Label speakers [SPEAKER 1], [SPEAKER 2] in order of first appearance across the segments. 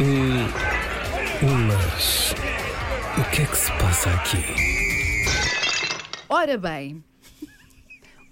[SPEAKER 1] Hum, mas o que é que se passa aqui?
[SPEAKER 2] Ora bem,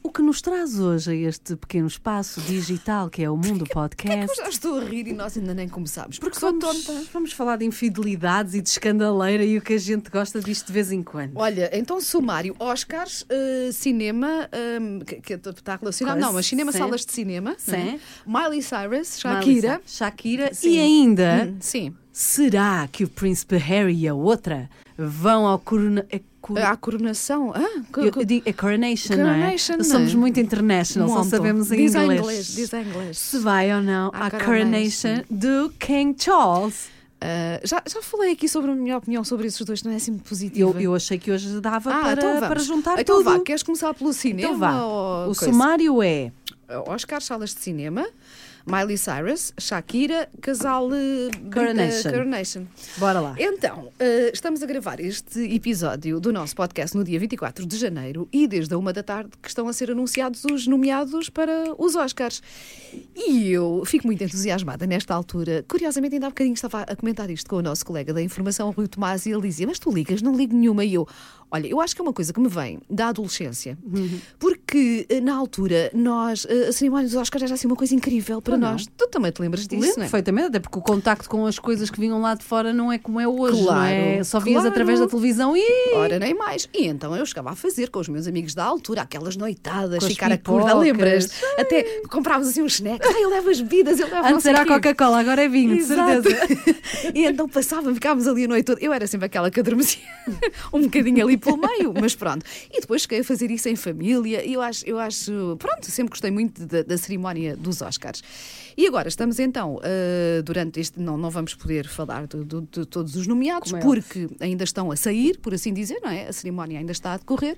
[SPEAKER 3] O que nos traz hoje a este pequeno espaço digital que é o Mundo
[SPEAKER 2] eu
[SPEAKER 3] Podcast?
[SPEAKER 2] já estou a rir e nós ainda nem começámos, porque sou
[SPEAKER 3] Vamos,
[SPEAKER 2] tonta.
[SPEAKER 3] vamos falar de infidelidades e de escandaleira e o que a gente gosta disto de vez em quando.
[SPEAKER 2] Olha, então sumário, Oscars, eh, cinema, ehm, que, que está relacionado,
[SPEAKER 3] Coisa,
[SPEAKER 2] não, mas cinema,
[SPEAKER 3] sim.
[SPEAKER 2] salas de cinema, não é?
[SPEAKER 3] Sim.
[SPEAKER 2] Miley Cyrus,
[SPEAKER 3] Miley
[SPEAKER 2] Shakira,
[SPEAKER 3] Cyrus, Shakira.
[SPEAKER 2] Sim.
[SPEAKER 3] E ainda,
[SPEAKER 2] Hum, sim,
[SPEAKER 3] será que o príncipe Harry e a outra vão ao corona... a cor-
[SPEAKER 2] a coronação, ah, co-
[SPEAKER 3] eu-
[SPEAKER 2] co-
[SPEAKER 3] eu digo, a coronation,
[SPEAKER 2] Coronation,
[SPEAKER 3] não
[SPEAKER 2] não
[SPEAKER 3] é?
[SPEAKER 2] é?
[SPEAKER 3] Somos muito international, só
[SPEAKER 2] monto.
[SPEAKER 3] sabemos em
[SPEAKER 2] diz
[SPEAKER 3] inglês.
[SPEAKER 2] diz em inglês.
[SPEAKER 3] Se vai ou não
[SPEAKER 2] À
[SPEAKER 3] à
[SPEAKER 2] coronation.
[SPEAKER 3] coronation do King Charles.
[SPEAKER 2] Ah, já, já falei aqui sobre a minha opinião sobre esses dois, não é assim positiva.
[SPEAKER 3] Eu, eu achei que hoje dava
[SPEAKER 2] ah,
[SPEAKER 3] para,
[SPEAKER 2] então vamos.
[SPEAKER 3] para juntar
[SPEAKER 2] então
[SPEAKER 3] tudo.
[SPEAKER 2] vá, queres começar pelo cinema?
[SPEAKER 3] Então vá.
[SPEAKER 2] ou
[SPEAKER 3] o
[SPEAKER 2] coisa?
[SPEAKER 3] sumário é.
[SPEAKER 2] Oscar, salas de cinema, Miley Cyrus, Shakira, casal eh, brin-
[SPEAKER 3] Coronation.
[SPEAKER 2] eh, Coronation.
[SPEAKER 3] Bora lá.
[SPEAKER 2] Então, eh, estamos a gravar este episódio do nosso podcast no dia 24 de janeiro e desde a uma da tarde que estão a ser anunciados os nomeados para os Oscars. E eu fico muito entusiasmada nesta altura. Curiosamente, ainda há bocadinho estava a comentar isto com o nosso colega da informação, Rui Tomás, e ele dizia, mas tu ligas? Não ligo nenhuma. E eu, olha, eu acho que é uma coisa que me vem da adolescência.
[SPEAKER 3] Uhum.
[SPEAKER 2] Porque, eh, na altura, nós, eh, a cerimónia dos Oscars era assim uma coisa incrível para
[SPEAKER 3] não?
[SPEAKER 2] nós. Tu também te lembras disso,
[SPEAKER 3] Lembro
[SPEAKER 2] não é?
[SPEAKER 3] perfeitamente, até porque o contacto com as coisas que vinham lá de fora não é como é hoje, não é?
[SPEAKER 2] Claro,
[SPEAKER 3] Só vias
[SPEAKER 2] claro.
[SPEAKER 3] através da televisão e.
[SPEAKER 2] Ora, nem mais. E então eu chegava a fazer com os meus amigos da altura aquelas noitadas,
[SPEAKER 3] Com as
[SPEAKER 2] ficar a
[SPEAKER 3] pipocas.
[SPEAKER 2] curda, lembras? Até comprávamos assim uns snacks. Ai, eu levo as bebidas, eu levo não
[SPEAKER 3] Antes
[SPEAKER 2] sei
[SPEAKER 3] era a
[SPEAKER 2] Ah, quê.
[SPEAKER 3] Coca-Cola, agora é vinho, de
[SPEAKER 2] Exato.
[SPEAKER 3] certeza.
[SPEAKER 2] e então passava, ficávamos ali a noite toda. Eu era sempre aquela que adormecia um bocadinho ali pelo meio, mas pronto. E depois cheguei a fazer isso em família. E eu acho, eu acho pronto, sempre gostei muito da, da cerimónia dos Oscars. E agora estamos então, ah, durante este. Não, não vamos poder falar de, de- de todos os nomeados,
[SPEAKER 3] Como é
[SPEAKER 2] porque ainda estão a sair, por assim dizer, não é? A cerimónia ainda está a decorrer.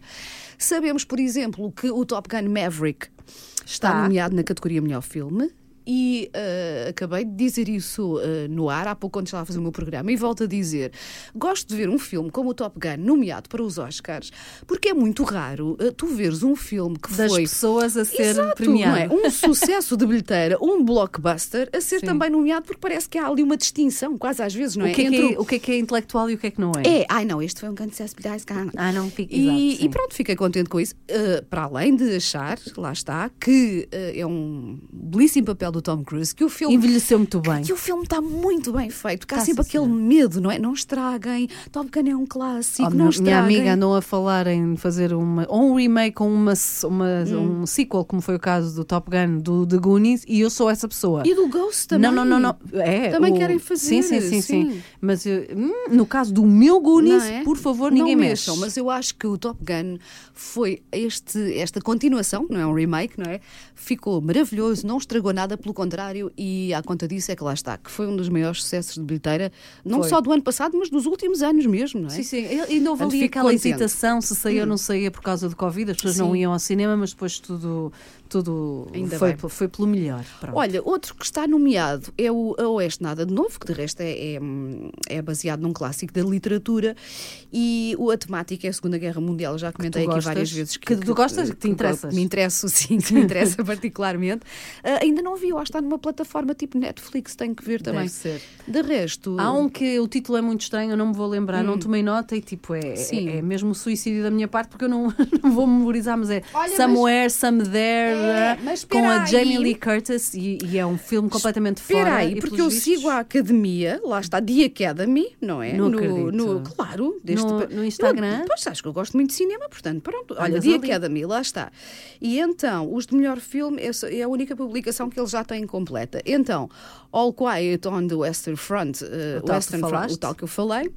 [SPEAKER 2] Sabemos, por exemplo, que o Top Gun Maverick está
[SPEAKER 3] Está.
[SPEAKER 2] nomeado na categoria melhor filme. Tá. E eh, acabei de dizer isso eh, no ar, há pouco quando estava a fazer o meu programa, e volto a dizer: gosto de ver um filme como o Top Gun nomeado para os Oscars, porque é muito raro eh, tu veres um filme que
[SPEAKER 3] Das
[SPEAKER 2] foi
[SPEAKER 3] pessoas a ser
[SPEAKER 2] Exato,
[SPEAKER 3] premiado.
[SPEAKER 2] não é? Um sucesso de bilheteira, um blockbuster, a ser
[SPEAKER 3] Sim.
[SPEAKER 2] também nomeado, porque parece que há ali uma distinção, quase às vezes, não é?
[SPEAKER 3] o, que é que
[SPEAKER 2] Entre
[SPEAKER 3] é, o que é que é intelectual e o que é que não é?
[SPEAKER 2] é, ai não, este foi um grande sucesso bilhões, cara.
[SPEAKER 3] Ah, não fica.
[SPEAKER 2] E,
[SPEAKER 3] exato, sim.
[SPEAKER 2] e pronto, fiquei contente com isso. Uh, para além de achar, lá está, que uh, é um belíssimo papel do Tom Cruise, que o filme.
[SPEAKER 3] Envelheceu muito bem.
[SPEAKER 2] Que o filme está muito bem feito, que há
[SPEAKER 3] Tá,
[SPEAKER 2] sempre
[SPEAKER 3] sim,
[SPEAKER 2] aquele medo, não é? Não estraguem, Top Gun é um clássico, não
[SPEAKER 3] Oh, minha- minha
[SPEAKER 2] estraguem.
[SPEAKER 3] amiga andou a falar em fazer uma, ou um remake ou uma, uma-
[SPEAKER 2] Hum.
[SPEAKER 3] um sequel, como foi o caso do Top Gun, do The Goonies, e eu sou essa pessoa.
[SPEAKER 2] E do Ghost também.
[SPEAKER 3] Não, não, não. não. É,
[SPEAKER 2] Também
[SPEAKER 3] o-
[SPEAKER 2] querem fazer,
[SPEAKER 3] Sim, sim, sim. sim.
[SPEAKER 2] sim.
[SPEAKER 3] Mas eu- hum, no caso do meu Goonies,
[SPEAKER 2] Não é?
[SPEAKER 3] por favor, ninguém
[SPEAKER 2] não
[SPEAKER 3] mexe.
[SPEAKER 2] mexam, mas eu acho que o Top Gun foi este, esta continuação, não é um remake, não é? Ficou maravilhoso, não estragou nada, pelo contrário, e à conta disso é que lá está, que foi um dos maiores sucessos de bilheteira, não
[SPEAKER 3] Foi.
[SPEAKER 2] só do ano passado, mas dos últimos anos mesmo, não é?
[SPEAKER 3] Sim, sim. E- Ainda houve
[SPEAKER 2] Portanto,
[SPEAKER 3] ali
[SPEAKER 2] fico
[SPEAKER 3] aquela
[SPEAKER 2] contente.
[SPEAKER 3] hesitação se saía ou não saía por causa do Covid, as pessoas não
[SPEAKER 2] Hum. Sim.
[SPEAKER 3] iam ao cinema, mas depois tudo, tudo
[SPEAKER 2] Ainda
[SPEAKER 3] foi,
[SPEAKER 2] bem.
[SPEAKER 3] pe- foi pelo melhor. Pronto.
[SPEAKER 2] Olha, outro que está nomeado é o A Oeste Nada de Novo, que de resto é, é, hum, é baseado num clássico da literatura e o- a temática é a Segunda Guerra Mundial. Já comentei aqui
[SPEAKER 3] gostas,
[SPEAKER 2] várias vezes
[SPEAKER 3] que tu gostas, que te interesses.
[SPEAKER 2] Me interesso, sim, que me interessa particularmente. Ah, ainda não vi, eu acho que está numa plataforma tipo Netflix, tenho que ver também.
[SPEAKER 3] Deve ser.
[SPEAKER 2] De resto.
[SPEAKER 3] Há um que o título é muito estranho, eu não me vou lembrar, não tomei nota e tipo,
[SPEAKER 2] Hum.
[SPEAKER 3] é,
[SPEAKER 2] Sim.
[SPEAKER 3] é, é mesmo suicídio da minha parte porque eu não, não vou memorizar, mas é
[SPEAKER 2] Olha, mas-
[SPEAKER 3] Somewhere, Some There,
[SPEAKER 2] É, mas
[SPEAKER 3] com a
[SPEAKER 2] espera
[SPEAKER 3] Jamie
[SPEAKER 2] aí.
[SPEAKER 3] Lee Curtis e, e é um filme completamente
[SPEAKER 2] Espera
[SPEAKER 3] fora.
[SPEAKER 2] aí,
[SPEAKER 3] e,
[SPEAKER 2] porque eu
[SPEAKER 3] pelos vistos,
[SPEAKER 2] sigo a academia, lá está, The Academy, não é?
[SPEAKER 3] Não
[SPEAKER 2] no,
[SPEAKER 3] acredito.
[SPEAKER 2] no- Claro,
[SPEAKER 3] No-
[SPEAKER 2] pa-
[SPEAKER 3] no Instagram?
[SPEAKER 2] Eu, pois, acho que eu gosto muito de cinema, portanto, pronto. Olha,
[SPEAKER 3] Andas
[SPEAKER 2] The
[SPEAKER 3] ali.
[SPEAKER 2] Academy, lá está. E então, os de melhor filme é só- é a única publicação que eles já têm completa. Então, All Quiet on the Western Front, eh,
[SPEAKER 3] O tal que
[SPEAKER 2] Western Front, o
[SPEAKER 3] falaste.
[SPEAKER 2] tal que eu falei,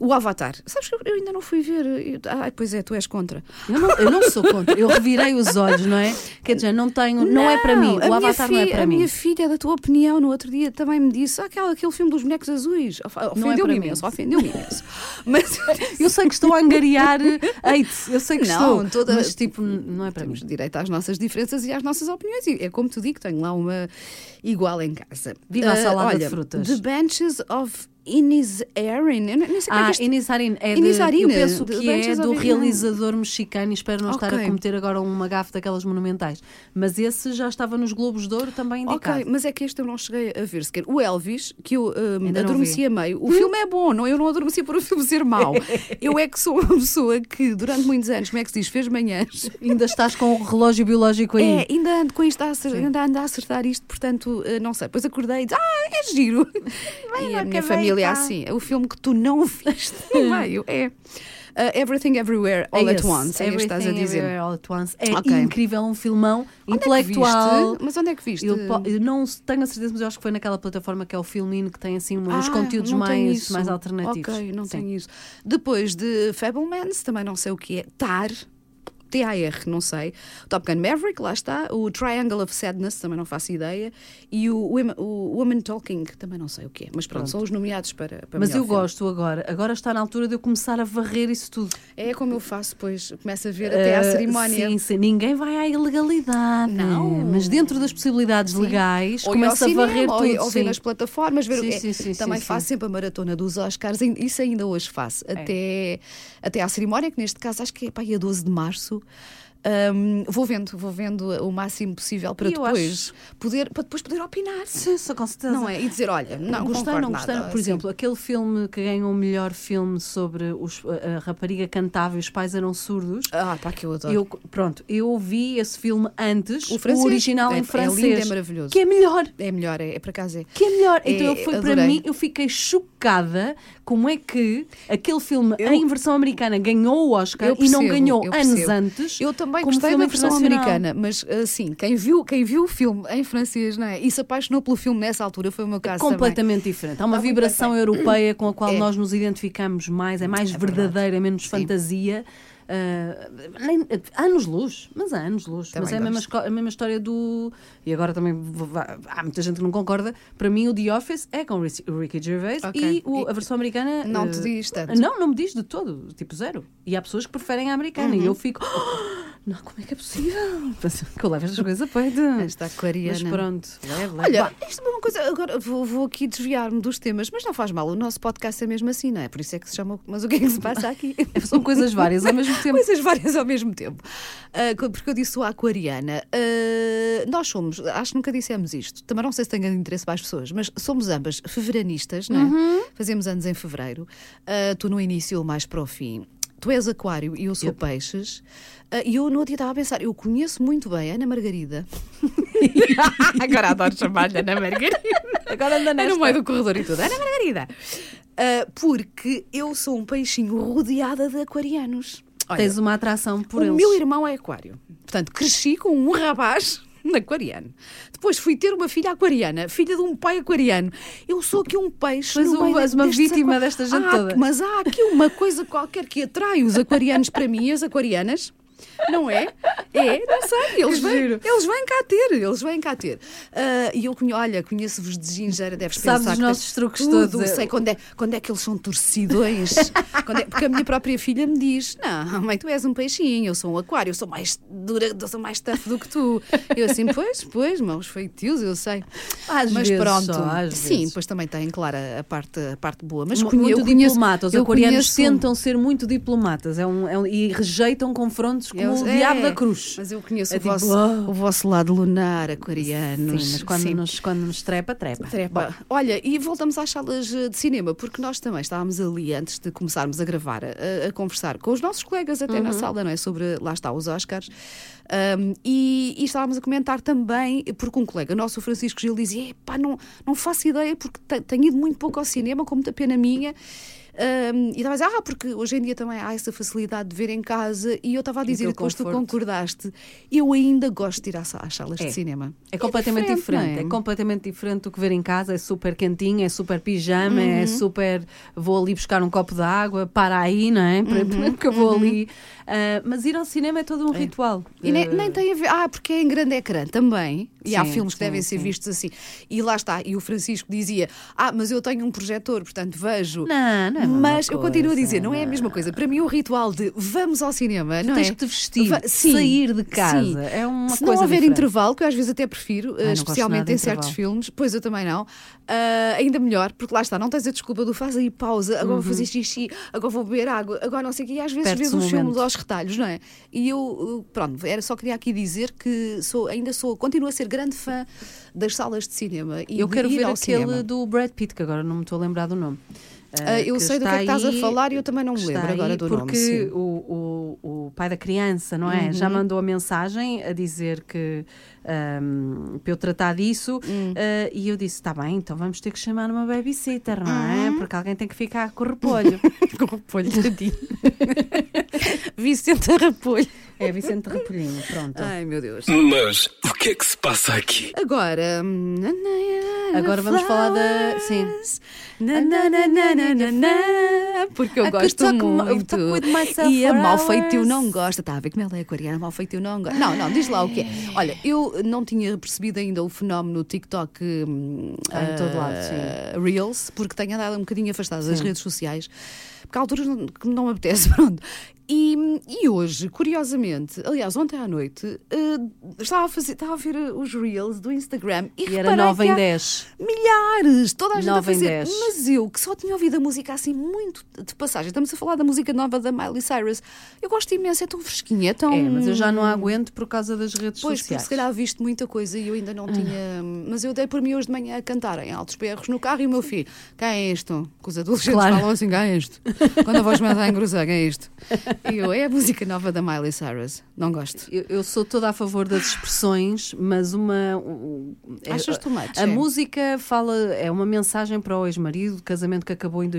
[SPEAKER 2] o Avatar. Sabes que eu, eu ainda não fui ver. eu- ai, pois é, tu és contra.
[SPEAKER 3] Eu não, eu não sou contra, eu revirei os olhos, não é? Quer dizer, não tenho, não, é para mim,
[SPEAKER 2] a
[SPEAKER 3] o
[SPEAKER 2] minha
[SPEAKER 3] Avatar não é
[SPEAKER 2] fi-
[SPEAKER 3] para
[SPEAKER 2] a
[SPEAKER 3] mim.
[SPEAKER 2] minha filha, da tua opinião, no outro dia também me disse: "Ah, aquela, aquele filme dos bonecos azuis. Of- Ofendeu-me
[SPEAKER 3] é para mim.
[SPEAKER 2] imenso, ofendeu-me imenso. Mas
[SPEAKER 3] Eu sei que estou a angariar
[SPEAKER 2] eh,
[SPEAKER 3] hate, eu sei que
[SPEAKER 2] Não,
[SPEAKER 3] estou,
[SPEAKER 2] toda-
[SPEAKER 3] mas tipo, n- não é para mim.
[SPEAKER 2] temos direito às nossas diferenças e às nossas opiniões. E é como te digo, tenho lá uma igual em casa.
[SPEAKER 3] Viva a
[SPEAKER 2] Ah,
[SPEAKER 3] salada de
[SPEAKER 2] olha,
[SPEAKER 3] frutas.
[SPEAKER 2] The Benches of Inês Erin. Eu não- nem sei como é
[SPEAKER 3] Ah,
[SPEAKER 2] que este...
[SPEAKER 3] Inês Harin é de,
[SPEAKER 2] Inés Arin,
[SPEAKER 3] eu penso
[SPEAKER 2] de
[SPEAKER 3] que é
[SPEAKER 2] Branches of
[SPEAKER 3] do
[SPEAKER 2] Inham.
[SPEAKER 3] realizador mexicano, e espero não estar
[SPEAKER 2] Ok.
[SPEAKER 3] a cometer agora uma gafe daquelas monumentais. Mas esse já estava nos Globos de Ouro também indicado.
[SPEAKER 2] Ok, mas é que este eu não cheguei a ver sequer. O Elvis, que eu hum,
[SPEAKER 3] Ainda não
[SPEAKER 2] adormeci
[SPEAKER 3] vi.
[SPEAKER 2] a meio. O filme é bom, não, eu não adormeci por o filme ser mau. eu é que sou uma pessoa que durante muitos anos, como é que se diz, fez manhãs.
[SPEAKER 3] Ainda estás com o relógio biológico aí.
[SPEAKER 2] É, ainda ando com isto a acertar, ainda ando a acertar isto, portanto, eh, não sei. Depois acordei e disse, ah, é giro. e a
[SPEAKER 3] não
[SPEAKER 2] minha
[SPEAKER 3] acabei,
[SPEAKER 2] família é
[SPEAKER 3] tá.
[SPEAKER 2] assim, é o filme que tu não viste no meio. É Ah, Everything Everywhere
[SPEAKER 3] É
[SPEAKER 2] All at
[SPEAKER 3] esse,
[SPEAKER 2] Once, é este que estás a
[SPEAKER 3] Everything
[SPEAKER 2] dizer.
[SPEAKER 3] Everywhere All at Once. É
[SPEAKER 2] Ok.
[SPEAKER 3] incrível, é um filmão
[SPEAKER 2] Onde é que
[SPEAKER 3] intelectual.
[SPEAKER 2] viste? Mas onde é que viste?
[SPEAKER 3] Eu, po- eu não tenho a certeza, mas eu acho que foi naquela plataforma que é o Filmin, que tem assim um- uns
[SPEAKER 2] Ah,
[SPEAKER 3] conteúdos
[SPEAKER 2] não tenho
[SPEAKER 3] mais,
[SPEAKER 2] isso.
[SPEAKER 3] mais alternativos.
[SPEAKER 2] Ok, não
[SPEAKER 3] Sim.
[SPEAKER 2] tenho isso. Depois de Fablemans, também não sei o que é. TAR. T-A-R, não sei. Top Gun Maverick, lá está. O Triangle of Sadness, também não faço ideia. E o, Women- o Woman Talking, também não sei o que é. Mas pronto, são os nomeados para, para
[SPEAKER 3] Mas
[SPEAKER 2] melhor
[SPEAKER 3] eu
[SPEAKER 2] filme.
[SPEAKER 3] gosto agora. Agora está na altura de eu começar a varrer isso tudo.
[SPEAKER 2] É como eu faço, pois começo a ver até à
[SPEAKER 3] Ah,
[SPEAKER 2] cerimónia.
[SPEAKER 3] Sim, sim. Ninguém vai à ilegalidade.
[SPEAKER 2] Não.
[SPEAKER 3] Mas dentro das possibilidades legais,
[SPEAKER 2] Ou ir ao
[SPEAKER 3] começa a
[SPEAKER 2] cinema,
[SPEAKER 3] varrer
[SPEAKER 2] ou,
[SPEAKER 3] tudo.
[SPEAKER 2] ou
[SPEAKER 3] sim.
[SPEAKER 2] ver nas plataformas, ver o-
[SPEAKER 3] Sim,
[SPEAKER 2] é,
[SPEAKER 3] sim, sim,
[SPEAKER 2] também
[SPEAKER 3] sim, É.
[SPEAKER 2] faço sempre a maratona dos Oscars, ain- isso ainda hoje faço, até, até à cerimónia, que neste caso acho que é para aí a 12 de março. Ahm, vou vendo, vou vendo o máximo possível para
[SPEAKER 3] E eu
[SPEAKER 2] depois poder, para depois poder opinar,
[SPEAKER 3] Sim, só com certeza.
[SPEAKER 2] não é? E dizer, olha, não
[SPEAKER 3] gostei,
[SPEAKER 2] concordo
[SPEAKER 3] não gostei.
[SPEAKER 2] nada, assim.
[SPEAKER 3] Por exemplo, aquele filme que ganhou o melhor filme sobre os- a, a rapariga cantava e os pais eram surdos.
[SPEAKER 2] Ah, pá, que eu adoro.
[SPEAKER 3] Eu, pronto, eu ouvi esse filme antes,
[SPEAKER 2] O
[SPEAKER 3] o,
[SPEAKER 2] francês.
[SPEAKER 3] original
[SPEAKER 2] É- é
[SPEAKER 3] em
[SPEAKER 2] lindo,
[SPEAKER 3] francês.
[SPEAKER 2] é maravilhoso.
[SPEAKER 3] Que é melhor.
[SPEAKER 2] É melhor, é, é para casa.
[SPEAKER 3] Que é melhor.
[SPEAKER 2] É,
[SPEAKER 3] Então eu- foi para
[SPEAKER 2] adorei.
[SPEAKER 3] mim, eu fiquei chocada como é que aquele filme em versão americana ganhou o Oscar
[SPEAKER 2] Eu
[SPEAKER 3] e não
[SPEAKER 2] percebo,
[SPEAKER 3] ganhou
[SPEAKER 2] eu
[SPEAKER 3] anos
[SPEAKER 2] percebo.
[SPEAKER 3] antes.
[SPEAKER 2] Eu também
[SPEAKER 3] como
[SPEAKER 2] gostei
[SPEAKER 3] filme
[SPEAKER 2] da versão
[SPEAKER 3] internacional.
[SPEAKER 2] americana, mas assim, quem viu, quem viu o filme em francês não é? e se apaixonou pelo filme nessa altura foi o meu caso. também.
[SPEAKER 3] Completamente diferente. Há uma
[SPEAKER 2] Está muito
[SPEAKER 3] vibração europeia com a qual
[SPEAKER 2] É.
[SPEAKER 3] nós nos identificamos mais, é mais verdadeira, é menos fantasia. Ah, nem- há anos-luz, mas há anos-luz.
[SPEAKER 2] Também
[SPEAKER 3] Mas é a mesma,
[SPEAKER 2] gosto.
[SPEAKER 3] esco- a mesma história do. E agora também v- v- há muita gente que não concorda. Para mim, o The Office é com o Ric- o Ricky Gervais
[SPEAKER 2] Ok.
[SPEAKER 3] e o- a versão americana.
[SPEAKER 2] Não
[SPEAKER 3] eh,
[SPEAKER 2] te diz tanto.
[SPEAKER 3] Não, não me diz de todo, tipo zero. E há pessoas que preferem a americana
[SPEAKER 2] Uhum.
[SPEAKER 3] e eu fico. "Oh, não, como é que é possível? Que eu levo estas coisas a peito.
[SPEAKER 2] Esta aquariana.
[SPEAKER 3] Mas pronto, leve, leve.
[SPEAKER 2] Olha, isto é uma coisa. Agora vou, vou aqui desviar-me dos temas, mas não faz mal. O nosso podcast é mesmo assim, não é? Por isso é que se chama. Mas o que é que se passa aqui?
[SPEAKER 3] São coisas várias ao mesmo tempo.
[SPEAKER 2] Coisas várias ao mesmo tempo. Ah, co- porque eu disse o aquariana. Ah, nós somos, acho que nunca dissemos isto, também não sei se tem grande interesse para as pessoas, mas somos ambas feveranistas, não é? Fazemos anos em fevereiro. Ah, tu no início, eu mais para o fim. Tu és aquário e eu sou peixes. Ah, E eu no outro dia estava a pensar, eu conheço muito bem a Ana Margarida. Agora adoro chamar-lhe Ana Margarida.
[SPEAKER 3] Agora anda
[SPEAKER 2] É no meio do corredor e tudo. Ana Margarida. Ah, porque eu sou um peixinho rodeada de aquarianos. Olha,
[SPEAKER 3] Tens uma atração por
[SPEAKER 2] o
[SPEAKER 3] eles.
[SPEAKER 2] meu irmão é aquário. Portanto, cresci com um rapaz aquariano. Depois fui ter uma filha aquariana, filha de um pai aquariano. Eu sou aqui um peixe.
[SPEAKER 3] Pois
[SPEAKER 2] no
[SPEAKER 3] um-
[SPEAKER 2] meio
[SPEAKER 3] és uma
[SPEAKER 2] destes
[SPEAKER 3] vítima
[SPEAKER 2] aqua-
[SPEAKER 3] desta gente
[SPEAKER 2] Há-
[SPEAKER 3] toda.
[SPEAKER 2] Mas há aqui uma coisa qualquer que atrai os aquarianos para mim e as aquarianas. Não é? É, não sei. Eles
[SPEAKER 3] Que
[SPEAKER 2] vêm,
[SPEAKER 3] giro.
[SPEAKER 2] eles vêm cá ter, eles vêm cá ter. Ah, E eu conhe- olha, conheço-vos de gingeira, deves
[SPEAKER 3] Sabes
[SPEAKER 2] pensar
[SPEAKER 3] os
[SPEAKER 2] que
[SPEAKER 3] nossos
[SPEAKER 2] tens
[SPEAKER 3] truques
[SPEAKER 2] tudo,
[SPEAKER 3] todos, é-
[SPEAKER 2] Sei quando é, quando é que eles são torcidões. Quando é- porque a minha própria filha me diz: Não, mãe, tu és um peixinho, eu sou um aquário, eu sou mais dura, eu sou mais tough do que tu. Eu assim, pois, pois, mãos feitios, eu sei.
[SPEAKER 3] Às
[SPEAKER 2] mas
[SPEAKER 3] vezes
[SPEAKER 2] pronto,
[SPEAKER 3] só, às
[SPEAKER 2] sim,
[SPEAKER 3] vezes.
[SPEAKER 2] pois também tem, claro, a- a parte, a parte boa. Mas
[SPEAKER 3] Mu-
[SPEAKER 2] conhe-
[SPEAKER 3] muito
[SPEAKER 2] eu conheço,
[SPEAKER 3] diplomatas. Os
[SPEAKER 2] eu
[SPEAKER 3] aquarianos
[SPEAKER 2] conheço-
[SPEAKER 3] tentam ser muito diplomatas é um, é um- e rejeitam confrontos como
[SPEAKER 2] Eles-
[SPEAKER 3] o
[SPEAKER 2] é,
[SPEAKER 3] diabo da cruz.
[SPEAKER 2] Mas eu conheço
[SPEAKER 3] É
[SPEAKER 2] o,
[SPEAKER 3] tipo,
[SPEAKER 2] vosso,
[SPEAKER 3] "Oh."
[SPEAKER 2] o vosso lado lunar aquariano.
[SPEAKER 3] Sim, mas quando, Nos, quando nos trepa, trepa.
[SPEAKER 2] Trepa. Olha, e voltamos às salas eh, de cinema, porque nós também estávamos ali, antes de começarmos a gravar, eh, a, a conversar com os nossos colegas até
[SPEAKER 3] Uhum.
[SPEAKER 2] na sala, não é? Sobre, lá está, os Oscars. Ahm, e, e estávamos a comentar também, porque um colega nosso, o Francisco Gil, dizia: pá, não, não faço ideia, porque te- tenho ido muito pouco ao cinema, com muita pena minha. Ahm, e estava a dizer, ah, porque hoje em dia também há essa facilidade de ver em casa. E eu estava a dizer, e
[SPEAKER 3] teu
[SPEAKER 2] depois tu
[SPEAKER 3] conforto.
[SPEAKER 2] concordaste, eu ainda gosto de ir às, às salas
[SPEAKER 3] É.
[SPEAKER 2] de cinema.
[SPEAKER 3] É completamente diferente,
[SPEAKER 2] não
[SPEAKER 3] é?
[SPEAKER 2] é?
[SPEAKER 3] completamente diferente do que ver em casa, é super quentinho, é super pijama,
[SPEAKER 2] Uhum.
[SPEAKER 3] é super vou ali buscar um copo de água, para aí, não é? Para-
[SPEAKER 2] Uhum,
[SPEAKER 3] Porque eu vou ali. Ah, mas ir ao cinema é todo um ritual.
[SPEAKER 2] E nem,
[SPEAKER 3] Ah,
[SPEAKER 2] nem tem a ver. Ah, porque é em grande ecrã também. E há
[SPEAKER 3] Sim,
[SPEAKER 2] filmes que
[SPEAKER 3] sim,
[SPEAKER 2] devem ser
[SPEAKER 3] sim.
[SPEAKER 2] vistos assim. E lá está. E o Francisco dizia: Ah, mas eu tenho um projetor, portanto vejo.
[SPEAKER 3] Não, não é uma
[SPEAKER 2] Mas eu continuo a
[SPEAKER 3] coisa,
[SPEAKER 2] dizer, não é a mesma coisa. Para mim, o ritual de vamos ao cinema, não
[SPEAKER 3] Tens
[SPEAKER 2] é?
[SPEAKER 3] que te vestir,
[SPEAKER 2] Va- sim,
[SPEAKER 3] sair de casa.
[SPEAKER 2] sim.
[SPEAKER 3] É uma
[SPEAKER 2] Se não
[SPEAKER 3] coisa
[SPEAKER 2] houver
[SPEAKER 3] diferente. Ah,
[SPEAKER 2] intervalo, que eu às vezes até prefiro, eh,
[SPEAKER 3] não gosto nada
[SPEAKER 2] especialmente
[SPEAKER 3] de
[SPEAKER 2] em certos
[SPEAKER 3] intervalo.
[SPEAKER 2] filmes, pois eu também não, ah, ainda melhor, porque lá está, não tens a desculpa do faz aí pausa, agora vou fazer xixi, agora vou beber água, agora não sei o quê, e às vezes
[SPEAKER 3] Uhum. Perde-se
[SPEAKER 2] vês
[SPEAKER 3] o
[SPEAKER 2] os filmes
[SPEAKER 3] momento.
[SPEAKER 2] aos retalhos, não é? E eu, eh, pronto, era só queria aqui dizer que sou, ainda sou, continuo a ser grande fã das salas de cinema. E
[SPEAKER 3] Eu
[SPEAKER 2] de
[SPEAKER 3] quero
[SPEAKER 2] ir
[SPEAKER 3] ver
[SPEAKER 2] ao
[SPEAKER 3] aquele
[SPEAKER 2] cinema.
[SPEAKER 3] do Brad Pitt, que agora não me estou a lembrar do nome.
[SPEAKER 2] Ah, eu sei do que é que estás a falar e eu também não me
[SPEAKER 3] que
[SPEAKER 2] lembro
[SPEAKER 3] está
[SPEAKER 2] agora
[SPEAKER 3] aí
[SPEAKER 2] do nome,
[SPEAKER 3] porque
[SPEAKER 2] sim. Uhum.
[SPEAKER 3] O, o, o pai da criança, não é? Já mandou a mensagem a dizer que ahm, para eu tratar disso
[SPEAKER 2] Hum.
[SPEAKER 3] ah, e eu disse: está bem, então vamos ter que chamar uma babysitter, não é?
[SPEAKER 2] Uhum.
[SPEAKER 3] Porque alguém tem que ficar com o repolho.
[SPEAKER 2] Com repolho, tadinho. Vicente Rapolho.
[SPEAKER 3] é Vicente Repolhinho, pronto.
[SPEAKER 2] Ai, meu Deus.
[SPEAKER 1] Mas o que é que se passa aqui?
[SPEAKER 2] Agora. hum,
[SPEAKER 3] Agora vamos falar da- sim.
[SPEAKER 2] Na, na, na, na, na, na, na, porque eu
[SPEAKER 3] I could
[SPEAKER 2] gosto
[SPEAKER 3] talk mo-
[SPEAKER 2] muito.
[SPEAKER 3] talk with myself
[SPEAKER 2] e a
[SPEAKER 3] for
[SPEAKER 2] mal feitio
[SPEAKER 3] hours.
[SPEAKER 2] não gosta. Está a ver como ela é aquariana, mal feitio não gosta. Não, não, diz lá o que é. Olha, eu não tinha percebido ainda o fenómeno TikTok hum,
[SPEAKER 3] Está em todo
[SPEAKER 2] ah,
[SPEAKER 3] lado, sim.
[SPEAKER 2] Reels, porque tenho andado um bocadinho afastada das redes sociais, porque há alturas não- que não me apetece, pronto. E, e hoje, curiosamente, aliás, ontem à noite, ah, estava, a fazer, estava a ver ah, os Reels do Instagram e,
[SPEAKER 3] E era
[SPEAKER 2] reparei
[SPEAKER 3] 9
[SPEAKER 2] que
[SPEAKER 3] em
[SPEAKER 2] há
[SPEAKER 3] 10.
[SPEAKER 2] Milhares! Toda a gente a
[SPEAKER 3] Nove em
[SPEAKER 2] fazer.
[SPEAKER 3] dez.
[SPEAKER 2] Mas eu, que só tinha ouvido a música assim muito de passagem, estamos a falar da música nova da Miley Cyrus. Eu gosto imenso, é tão fresquinha, é tão.
[SPEAKER 3] É, mas eu já não aguento por causa das redes
[SPEAKER 2] Pois, porque
[SPEAKER 3] sociais.
[SPEAKER 2] se calhar viste muita coisa e eu ainda não tinha. Mas eu dei por mim hoje de manhã a cantar em altos berros no carro e o meu filho, quem é isto? Que os adolescentes
[SPEAKER 3] Claro.
[SPEAKER 2] falam assim, quem é isto? Quando a voz começa a engrosar, quem é isto? E eu, é a música nova da Miley Cyrus. Não gosto.
[SPEAKER 3] Eu, eu sou toda a favor das expressões, mas uma. um- é-
[SPEAKER 2] Achas too much,
[SPEAKER 3] A
[SPEAKER 2] é?
[SPEAKER 3] música fala. É uma mensagem para o ex-marido, casamento que acabou em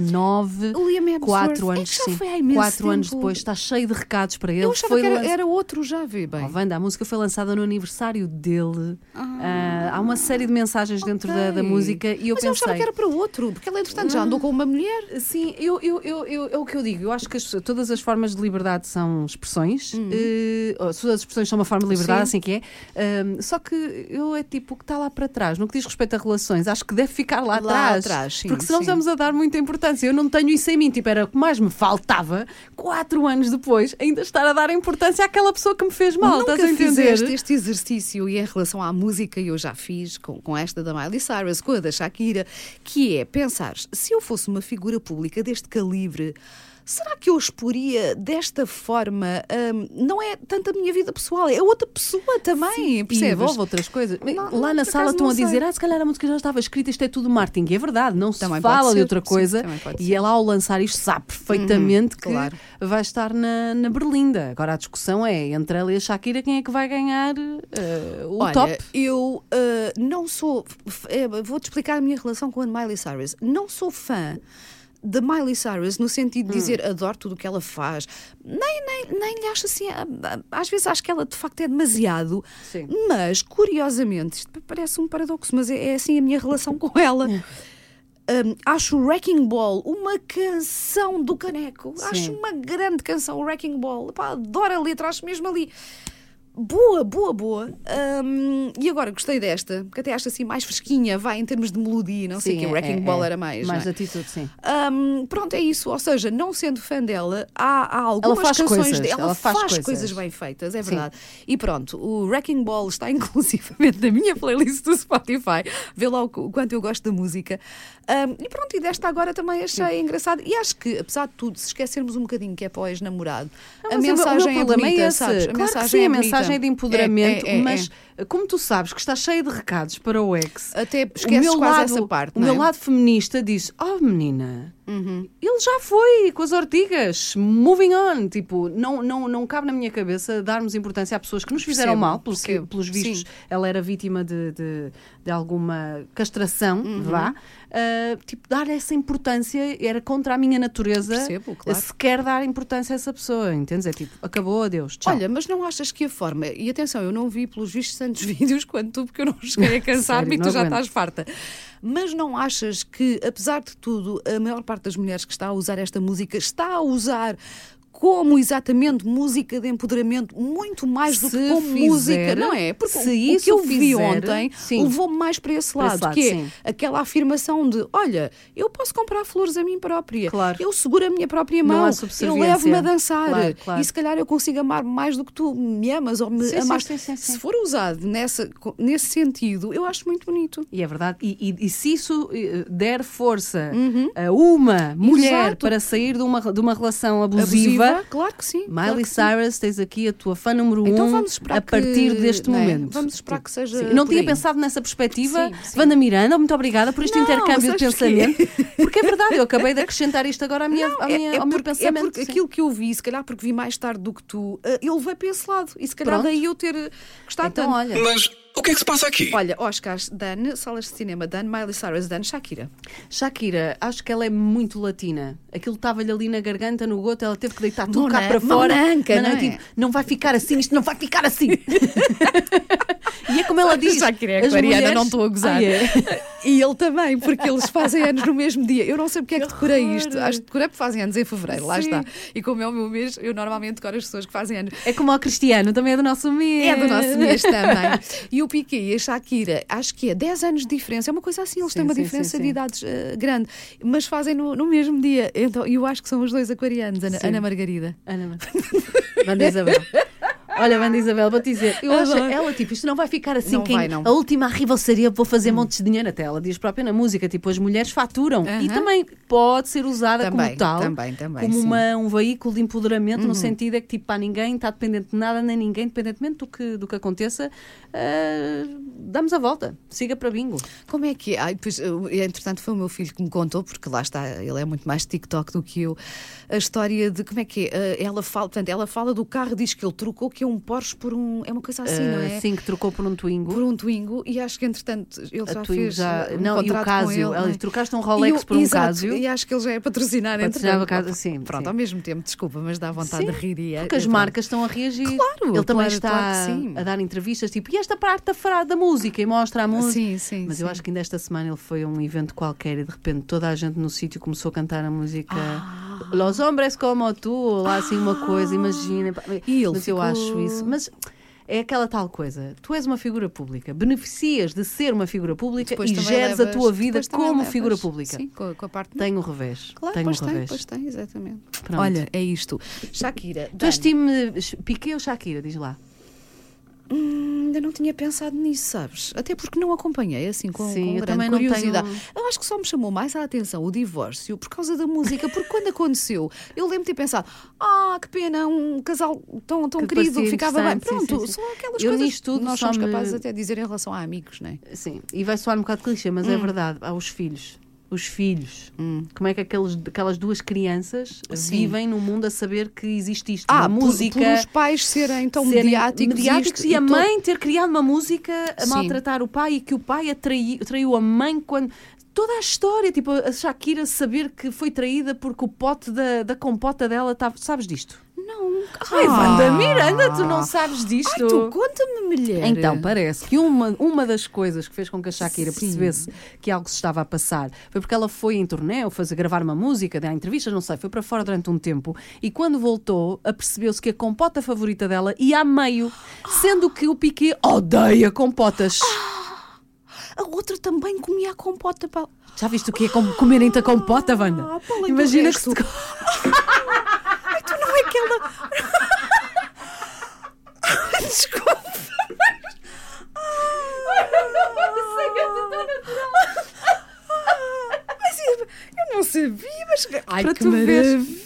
[SPEAKER 3] 2019.
[SPEAKER 2] O Liam Hemsworth,
[SPEAKER 3] Quatro
[SPEAKER 2] é
[SPEAKER 3] anos,
[SPEAKER 2] que já
[SPEAKER 3] sim.
[SPEAKER 2] foi há imenso
[SPEAKER 3] Quatro anos
[SPEAKER 2] tempo.
[SPEAKER 3] depois, está cheio de recados para ele.
[SPEAKER 2] Eu achava
[SPEAKER 3] foi
[SPEAKER 2] que era,
[SPEAKER 3] lança-
[SPEAKER 2] era outro, já vi bem.
[SPEAKER 3] Oh, Wanda, a música foi lançada no aniversário dele. Ah, há uma série de mensagens dentro da, da
[SPEAKER 2] Ok.
[SPEAKER 3] música e eu
[SPEAKER 2] Mas
[SPEAKER 3] pensei.
[SPEAKER 2] eu achava que era para outro, porque ela, entretanto, já andou com uma mulher.
[SPEAKER 3] Sim, eu, eu, eu, eu- é o que eu digo. Eu acho que as pessoas- todas as formas de liberdade são expressões. eh, ou, todas as expressões são uma forma de liberdade,
[SPEAKER 2] Uhum. Sim.
[SPEAKER 3] assim que é. Ahm, só que eu é tipo o que está lá para trás. No que diz respeito a relações, acho que deve ficar lá,
[SPEAKER 2] Lá atrás, sim,
[SPEAKER 3] porque senão
[SPEAKER 2] sim.
[SPEAKER 3] estamos a dar muita importância. Eu não tenho isso em mim. Tipo, era o que mais me faltava, quatro anos depois, ainda estar a dar importância àquela pessoa que me fez mal.
[SPEAKER 2] Nunca
[SPEAKER 3] estás a entender?
[SPEAKER 2] fizeste este exercício e em relação à música eu já fiz com, com esta da Miley Cyrus, com a da Shakira, que é pensar, se eu fosse uma figura pública deste calibre, será que eu exporia desta forma? hum, não é tanto a minha vida pessoal, é outra pessoa também,
[SPEAKER 3] E
[SPEAKER 2] percebes?
[SPEAKER 3] envolve outras coisas.
[SPEAKER 2] Não,
[SPEAKER 3] Lá na
[SPEAKER 2] por
[SPEAKER 3] sala
[SPEAKER 2] acaso
[SPEAKER 3] estão
[SPEAKER 2] não
[SPEAKER 3] a dizer,
[SPEAKER 2] sei.
[SPEAKER 3] ah, se calhar a música já estava escrita, isto é tudo marketing. E é verdade, não se
[SPEAKER 2] Também pode
[SPEAKER 3] fala de
[SPEAKER 2] ser,
[SPEAKER 3] outra
[SPEAKER 2] sim,
[SPEAKER 3] coisa.
[SPEAKER 2] também pode
[SPEAKER 3] e
[SPEAKER 2] ser. Uhum,
[SPEAKER 3] ela, ao lançar isto, sabe perfeitamente que
[SPEAKER 2] claro.
[SPEAKER 3] vai estar na, na Berlinda. Agora a discussão é entre ela e a Shakira quem é que vai ganhar eh, o
[SPEAKER 2] Olha,
[SPEAKER 3] top.
[SPEAKER 2] Eu ah, não sou. f- eh, Vou-te explicar a minha relação com a Miley Cyrus. Não sou fã. Da Miley Cyrus, no sentido de dizer adoro tudo o que ela faz, nem, nem, nem lhe acho assim. ah, ah, Às vezes acho que ela de facto é demasiado,
[SPEAKER 3] Sim.
[SPEAKER 2] mas curiosamente, isto parece um paradoxo, mas é, é assim a minha relação com ela. Um, acho o Wrecking Ball uma canção do caneco. Acho uma grande canção, o Wrecking Ball. Pá, adoro a letra, acho mesmo ali. Boa, boa, boa. Um, e agora gostei desta, que até acho assim mais fresquinha, vai em termos de melodia, não sei
[SPEAKER 3] Sim,
[SPEAKER 2] que o
[SPEAKER 3] é-
[SPEAKER 2] Wrecking
[SPEAKER 3] é-
[SPEAKER 2] Ball
[SPEAKER 3] é.
[SPEAKER 2] era mais.
[SPEAKER 3] Mais
[SPEAKER 2] não é?
[SPEAKER 3] atitude, sim.
[SPEAKER 2] Um, pronto, é isso. Ou seja, não sendo fã dela, há, há algumas
[SPEAKER 3] faz
[SPEAKER 2] canções
[SPEAKER 3] coisas,
[SPEAKER 2] dela.
[SPEAKER 3] ela faz coisas.
[SPEAKER 2] bem feitas, é verdade. E pronto, o Wrecking Ball está inclusivamente na minha playlist do Spotify. Vê lá o, qu- o quanto eu gosto da música. Um, e pronto, e desta agora também achei engraçado. E acho que, apesar de tudo, se esquecermos um bocadinho que é para o ex-namorado, a
[SPEAKER 3] Mas o meu- o
[SPEAKER 2] mensagem
[SPEAKER 3] meu
[SPEAKER 2] é
[SPEAKER 3] problema
[SPEAKER 2] bonita,
[SPEAKER 3] é esse.
[SPEAKER 2] sabes?
[SPEAKER 3] Claro que sim, a
[SPEAKER 2] bonita.
[SPEAKER 3] mensagem é de empoderamento,
[SPEAKER 2] É, é, é,
[SPEAKER 3] mas
[SPEAKER 2] é.
[SPEAKER 3] como tu sabes que está cheia de recados para o ex,
[SPEAKER 2] Até esqueces quase essa parte,
[SPEAKER 3] O
[SPEAKER 2] não é? Uhum.
[SPEAKER 3] meu lado feminista diz: Oh menina, ele já foi com as ortigas, moving on. Tipo, não, não, não cabe na minha cabeça darmos importância a pessoas que nos fizeram
[SPEAKER 2] Percebo,
[SPEAKER 3] mal, porque
[SPEAKER 2] percebo.
[SPEAKER 3] pelos vistos
[SPEAKER 2] Sim.
[SPEAKER 3] ela era vítima de, de, de alguma castração,
[SPEAKER 2] Uhum.
[SPEAKER 3] vá. Ah, tipo, dar essa importância era contra a minha natureza
[SPEAKER 2] Percebo, claro.
[SPEAKER 3] sequer dar importância a essa pessoa, entendes? É tipo, acabou, adeus, tchau.
[SPEAKER 2] Olha, mas não achas que a forma, e atenção, eu não vi pelos vistos tantos vídeos quanto tu, porque eu não cheguei a cansar-me e
[SPEAKER 3] Sério,
[SPEAKER 2] tu
[SPEAKER 3] não
[SPEAKER 2] já
[SPEAKER 3] aguento.
[SPEAKER 2] estás farta. Mas não achas que, apesar de tudo, a maior parte das mulheres que está a usar esta música está a usar como exatamente música de empoderamento, muito mais do
[SPEAKER 3] Se
[SPEAKER 2] que como
[SPEAKER 3] fizer,
[SPEAKER 2] música, não é? Porque
[SPEAKER 3] se
[SPEAKER 2] o, o
[SPEAKER 3] isso
[SPEAKER 2] que eu vi
[SPEAKER 3] fizer,
[SPEAKER 2] ontem
[SPEAKER 3] sim.
[SPEAKER 2] levou-me mais para esse
[SPEAKER 3] Para
[SPEAKER 2] lado,
[SPEAKER 3] esse lado,
[SPEAKER 2] que
[SPEAKER 3] sim.
[SPEAKER 2] é aquela afirmação de: olha, eu posso comprar flores a mim própria,
[SPEAKER 3] Claro.
[SPEAKER 2] eu seguro a minha própria
[SPEAKER 3] Não há
[SPEAKER 2] mão, eu
[SPEAKER 3] subserviência.
[SPEAKER 2] levo-me a dançar,
[SPEAKER 3] Claro, claro.
[SPEAKER 2] e se calhar eu consigo amar mais do que tu me amas ou me
[SPEAKER 3] Sim, sim,
[SPEAKER 2] amaste.
[SPEAKER 3] sim, sim, sim.
[SPEAKER 2] Se for usado nessa, nesse sentido, eu acho muito bonito.
[SPEAKER 3] E é verdade. E, e- e se isso eh, der força a uma mulher
[SPEAKER 2] Uhum. Exato.
[SPEAKER 3] para sair de uma, de uma relação abusiva,
[SPEAKER 2] Claro que sim. claro
[SPEAKER 3] Miley
[SPEAKER 2] que sim.
[SPEAKER 3] Cyrus, tens aqui a tua fã número
[SPEAKER 2] Então
[SPEAKER 3] um
[SPEAKER 2] vamos esperar
[SPEAKER 3] a partir
[SPEAKER 2] que-
[SPEAKER 3] deste
[SPEAKER 2] não é?
[SPEAKER 3] momento.
[SPEAKER 2] Vamos esperar que seja
[SPEAKER 3] Sim. Não
[SPEAKER 2] por
[SPEAKER 3] tinha
[SPEAKER 2] aí.
[SPEAKER 3] pensado nessa perspectiva.
[SPEAKER 2] Sim, sim.
[SPEAKER 3] Vanda Miranda, muito obrigada por este
[SPEAKER 2] Não,
[SPEAKER 3] intercâmbio de
[SPEAKER 2] sabes que-
[SPEAKER 3] pensamento. Porque é verdade, eu acabei de acrescentar isto agora à minha, à minha- ao meu
[SPEAKER 2] porque- é
[SPEAKER 3] pensamento.
[SPEAKER 2] porque
[SPEAKER 3] Sim.
[SPEAKER 2] aquilo que eu vi, se calhar porque vi mais tarde do que tu, eh, eu levei para esse lado. E se calhar
[SPEAKER 3] Pronto.
[SPEAKER 2] daí eu ter eh, gostado
[SPEAKER 3] Então,
[SPEAKER 2] tanto.
[SPEAKER 3] olha,
[SPEAKER 1] Mas o que é que se passa aqui?
[SPEAKER 2] Olha, Oscars, Dan, salas de cinema, Dan, Miley Cyrus, Dan, Shakira.
[SPEAKER 3] Shakira, acho que ela é muito latina. Aquilo estava-lhe ali na garganta, no goto, ela teve que deitar tudo cá
[SPEAKER 2] Mona-
[SPEAKER 3] para fora.
[SPEAKER 2] monanca,
[SPEAKER 3] Mas
[SPEAKER 2] não é?
[SPEAKER 3] tipo, não vai ficar assim, isto não vai ficar assim. e é como ela diz.
[SPEAKER 2] Shakira é
[SPEAKER 3] as
[SPEAKER 2] aquariana,
[SPEAKER 3] mulheres-
[SPEAKER 2] não estou a gozar.
[SPEAKER 3] Ah, é?
[SPEAKER 2] E ele também, porque eles fazem anos no mesmo dia. Eu não sei porque é que decorei
[SPEAKER 3] horror!
[SPEAKER 2] isto. Acho que decorei porque fazem anos em fevereiro, lá
[SPEAKER 3] Sim.
[SPEAKER 2] está. E como é o meu mês, eu normalmente decoro as pessoas que fazem anos.
[SPEAKER 3] É como ao Cristiano, também é do nosso mês.
[SPEAKER 2] É do nosso mês também. E o Piqué e a Shakira, acho que é 10 anos de diferença. É uma coisa assim, eles
[SPEAKER 3] Sim,
[SPEAKER 2] têm uma
[SPEAKER 3] sim,
[SPEAKER 2] diferença
[SPEAKER 3] sim,
[SPEAKER 2] de
[SPEAKER 3] sim.
[SPEAKER 2] idades eh, grande, mas fazem no, no mesmo dia. Então, eu acho que são os dois aquarianos, Ana,
[SPEAKER 3] Sim.
[SPEAKER 2] Ana Margarida.
[SPEAKER 3] Ana, Mar- Banda Isabel. Olha, Banda Isabel, vou-te dizer. Eu acho
[SPEAKER 2] Adoro.
[SPEAKER 3] ela, tipo, isto não vai ficar assim.
[SPEAKER 2] Não
[SPEAKER 3] quem-
[SPEAKER 2] vai, não. Hum.
[SPEAKER 3] A última rivalsaria, vou fazer montes de dinheiro. Até ela diz própria na música, tipo, as mulheres faturam. E
[SPEAKER 2] Aham.
[SPEAKER 3] também pode ser usada
[SPEAKER 2] Também,
[SPEAKER 3] como tal.
[SPEAKER 2] também, também,
[SPEAKER 3] Como
[SPEAKER 2] sim. Uhum.
[SPEAKER 3] uma- um veículo de empoderamento, no sentido é que, tipo, pá, ninguém está dependente de nada, nem ninguém, independentemente do que, do que aconteça, ah, damos a volta. Siga para bingo.
[SPEAKER 2] Como é que é? Ai, pois, eu- entretanto, foi o meu filho que me contou, porque lá está, ele é muito mais TikTok do que eu, a história de como é que é. eh, Ela fala, portanto, ela fala do carro, diz que ele trocou que é um Porsche por um. É uma coisa assim, não é?
[SPEAKER 3] Ah, Sim, que trocou por um Twingo.
[SPEAKER 2] Por um Twingo, e acho que entretanto ele
[SPEAKER 3] A
[SPEAKER 2] já
[SPEAKER 3] Twingo
[SPEAKER 2] fez.
[SPEAKER 3] já-
[SPEAKER 2] eh, um
[SPEAKER 3] não, e o
[SPEAKER 2] contrato com
[SPEAKER 3] Casio.
[SPEAKER 2] ele, não é?
[SPEAKER 3] Ela- trocaste um Rolex
[SPEAKER 2] E o-
[SPEAKER 3] por um
[SPEAKER 2] exato,
[SPEAKER 3] Casio.
[SPEAKER 2] E acho que ele já é patrocinado
[SPEAKER 3] Patrocinava
[SPEAKER 2] entretanto.
[SPEAKER 3] o Casio, sim,
[SPEAKER 2] Pronto,
[SPEAKER 3] sim.
[SPEAKER 2] ao mesmo tempo, desculpa, mas dá vontade de rir. E é-
[SPEAKER 3] Porque as
[SPEAKER 2] é pronto.
[SPEAKER 3] marcas estão a reagir.
[SPEAKER 2] Claro,
[SPEAKER 3] Ele também
[SPEAKER 2] claro,
[SPEAKER 3] está
[SPEAKER 2] claro que sim.
[SPEAKER 3] a dar entrevistas, tipo, e esta parte da frase da música, e mostra a música.
[SPEAKER 2] Sim, sim,
[SPEAKER 3] Mas
[SPEAKER 2] sim.
[SPEAKER 3] eu acho que ainda esta semana ele foi a um evento qualquer e de repente toda a gente no sítio começou a cantar a música
[SPEAKER 2] Ah.
[SPEAKER 3] Los Hombres Como Tu, ou lá assim uma coisa, imagina. pá.
[SPEAKER 2] E ele
[SPEAKER 3] Mas eu
[SPEAKER 2] ficou-
[SPEAKER 3] acho isso. Mas é aquela tal coisa. Tu és uma figura pública, beneficias de ser uma figura pública
[SPEAKER 2] Depois
[SPEAKER 3] e
[SPEAKER 2] também
[SPEAKER 3] geres a
[SPEAKER 2] levas-
[SPEAKER 3] tua vida
[SPEAKER 2] depois também
[SPEAKER 3] como
[SPEAKER 2] levas,
[SPEAKER 3] figura pública.
[SPEAKER 2] Sim, com, a- com a parte.
[SPEAKER 3] Tenho o revés.
[SPEAKER 2] Claro,
[SPEAKER 3] Tenho
[SPEAKER 2] pois
[SPEAKER 3] o
[SPEAKER 2] tem,
[SPEAKER 3] revés.
[SPEAKER 2] pois tem, exatamente.
[SPEAKER 3] Pronto.
[SPEAKER 2] Olha, é isto. Shakira,
[SPEAKER 3] Tu és
[SPEAKER 2] Dan,
[SPEAKER 3] time Piquet ou Shakira, diz lá.
[SPEAKER 2] hum, ainda não tinha pensado nisso, sabes? Até porque não acompanhei assim com,
[SPEAKER 3] Sim,
[SPEAKER 2] com
[SPEAKER 3] eu
[SPEAKER 2] grande
[SPEAKER 3] também não
[SPEAKER 2] curiosidade.
[SPEAKER 3] tenho-
[SPEAKER 2] Eu acho que só me chamou mais a atenção o divórcio por causa da música, porque quando aconteceu, eu lembro de ter pensado: ah, que pena, um casal tão, tão
[SPEAKER 3] Que
[SPEAKER 2] querido,
[SPEAKER 3] parecia
[SPEAKER 2] ficava bem.
[SPEAKER 3] interessante, sim,
[SPEAKER 2] Pronto,
[SPEAKER 3] sim, sim.
[SPEAKER 2] são aquelas
[SPEAKER 3] Eu
[SPEAKER 2] coisas
[SPEAKER 3] nisto tudo
[SPEAKER 2] que nós
[SPEAKER 3] só
[SPEAKER 2] somos
[SPEAKER 3] me-
[SPEAKER 2] capazes até de dizer em relação a amigos, não é?
[SPEAKER 3] Sim, e vai soar um bocado clichê, mas
[SPEAKER 2] Hum.
[SPEAKER 3] é verdade. Há os filhos. Os filhos. Como é que aqueles, aquelas duas crianças
[SPEAKER 2] Sim.
[SPEAKER 3] vivem no mundo a saber que existe isto?
[SPEAKER 2] Ah,
[SPEAKER 3] uma
[SPEAKER 2] por-
[SPEAKER 3] música.
[SPEAKER 2] Por, os pais serem tão
[SPEAKER 3] serem
[SPEAKER 2] mediáticos,
[SPEAKER 3] mediáticos
[SPEAKER 2] isto
[SPEAKER 3] e a
[SPEAKER 2] todo.
[SPEAKER 3] mãe ter criado uma música a
[SPEAKER 2] Sim.
[SPEAKER 3] maltratar o pai e que o pai atraiu, traiu a mãe quando. Toda a história, tipo a Shakira saber que foi traída porque o pote da, da compota dela estava. Sabes disto?
[SPEAKER 2] Não.
[SPEAKER 3] Ai, Wanda Miranda, tu
[SPEAKER 2] Ah.
[SPEAKER 3] não sabes disto?
[SPEAKER 2] Ai, tu conta-me, mulher.
[SPEAKER 3] Então, parece que uma, uma das coisas que fez com que a Shakira
[SPEAKER 2] Sim.
[SPEAKER 3] percebesse que algo se estava a passar foi porque ela foi em turnê, ou fazer gravar uma música, dar entrevistas, não sei, foi para fora durante um tempo e quando voltou, apercebeu-se que a compota favorita dela ia a meio, sendo que o Piquet odeia compotas.
[SPEAKER 2] A outra também comia a compota para.
[SPEAKER 3] Já viste o que é com- comerem-te a compota,
[SPEAKER 2] Ah,
[SPEAKER 3] Wanda?
[SPEAKER 2] para além do
[SPEAKER 3] Imagina que
[SPEAKER 2] resto.
[SPEAKER 3] se...
[SPEAKER 2] Não é aquela. Desculpa. Mas eu eu não sabia, mas. Ai,
[SPEAKER 3] Para
[SPEAKER 2] que
[SPEAKER 3] tu veres.
[SPEAKER 2] maravilha!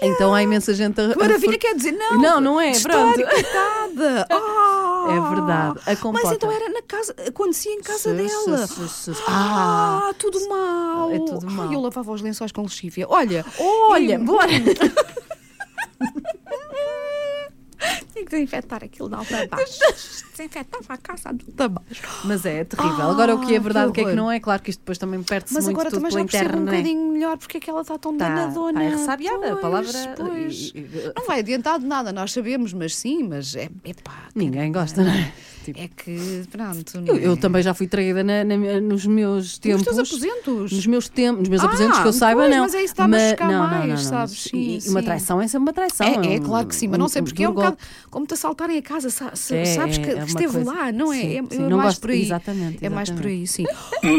[SPEAKER 3] Então há imensa gente a...
[SPEAKER 2] Que maravilha quer dizer, não!
[SPEAKER 3] Não, não é,
[SPEAKER 2] história,
[SPEAKER 3] pronto.
[SPEAKER 2] coitada. Ah!
[SPEAKER 3] É verdade, a compota.
[SPEAKER 2] Mas então era na casa, acontecia em casa
[SPEAKER 3] Sim,
[SPEAKER 2] dela.
[SPEAKER 3] sim, sim, sim.
[SPEAKER 2] Ah, tudo mal.
[SPEAKER 3] É tudo mal.
[SPEAKER 2] Ai, eu lavava os lençóis com lexívia. Olha,
[SPEAKER 3] Olha, bora!
[SPEAKER 2] tinha que desinfetar aquilo da alta abaixo. Desinfetava a casa adulta abaixo.
[SPEAKER 3] Mas é terrível.
[SPEAKER 2] Ah,
[SPEAKER 3] Agora, o que é verdade, o que é que
[SPEAKER 2] horror.
[SPEAKER 3] não é? Claro que isto depois também perde-se
[SPEAKER 2] Mas
[SPEAKER 3] muito
[SPEAKER 2] agora
[SPEAKER 3] tudo
[SPEAKER 2] também
[SPEAKER 3] pela
[SPEAKER 2] já percebo um
[SPEAKER 3] internet.
[SPEAKER 2] bocadinho melhor porque é que ela está tão
[SPEAKER 3] Tá,
[SPEAKER 2] danadona.
[SPEAKER 3] tá ressabiada, a
[SPEAKER 2] Pois,
[SPEAKER 3] palavra.
[SPEAKER 2] Pois.
[SPEAKER 3] e- e-
[SPEAKER 2] Não vai adiantar de nada, nós sabemos, mas sim, mas é. Epá,
[SPEAKER 3] ninguém gosta, não é? Tipo,
[SPEAKER 2] é que. Pronto.
[SPEAKER 3] eu,
[SPEAKER 2] não
[SPEAKER 3] eu
[SPEAKER 2] é?
[SPEAKER 3] também já fui traída na- na- nos meus
[SPEAKER 2] Tipo, Nos
[SPEAKER 3] tempos.
[SPEAKER 2] teus aposentos.
[SPEAKER 3] Nos meus, tem- nos meus
[SPEAKER 2] Ah,
[SPEAKER 3] aposentos, que eu saiba,
[SPEAKER 2] pois,
[SPEAKER 3] não.
[SPEAKER 2] mas é aí está a machucar
[SPEAKER 3] não, não,
[SPEAKER 2] mais,
[SPEAKER 3] não, não.
[SPEAKER 2] sabes?
[SPEAKER 3] E,
[SPEAKER 2] Sim,
[SPEAKER 3] e uma
[SPEAKER 2] sim.
[SPEAKER 3] traição é sempre uma traição.
[SPEAKER 2] É, é
[SPEAKER 3] um-
[SPEAKER 2] claro que sim, mas não sei
[SPEAKER 3] um-
[SPEAKER 2] porque é um
[SPEAKER 3] golpe.
[SPEAKER 2] bocado como te assaltarem a casa, sa- sa-
[SPEAKER 3] É,
[SPEAKER 2] sabes
[SPEAKER 3] é,
[SPEAKER 2] que
[SPEAKER 3] é uma
[SPEAKER 2] esteve
[SPEAKER 3] coisa-
[SPEAKER 2] lá, não é?
[SPEAKER 3] sim,
[SPEAKER 2] é,
[SPEAKER 3] sim,
[SPEAKER 2] é
[SPEAKER 3] não
[SPEAKER 2] mais
[SPEAKER 3] gosto-
[SPEAKER 2] por aí.
[SPEAKER 3] exatamente,
[SPEAKER 2] É mais por aí, sim.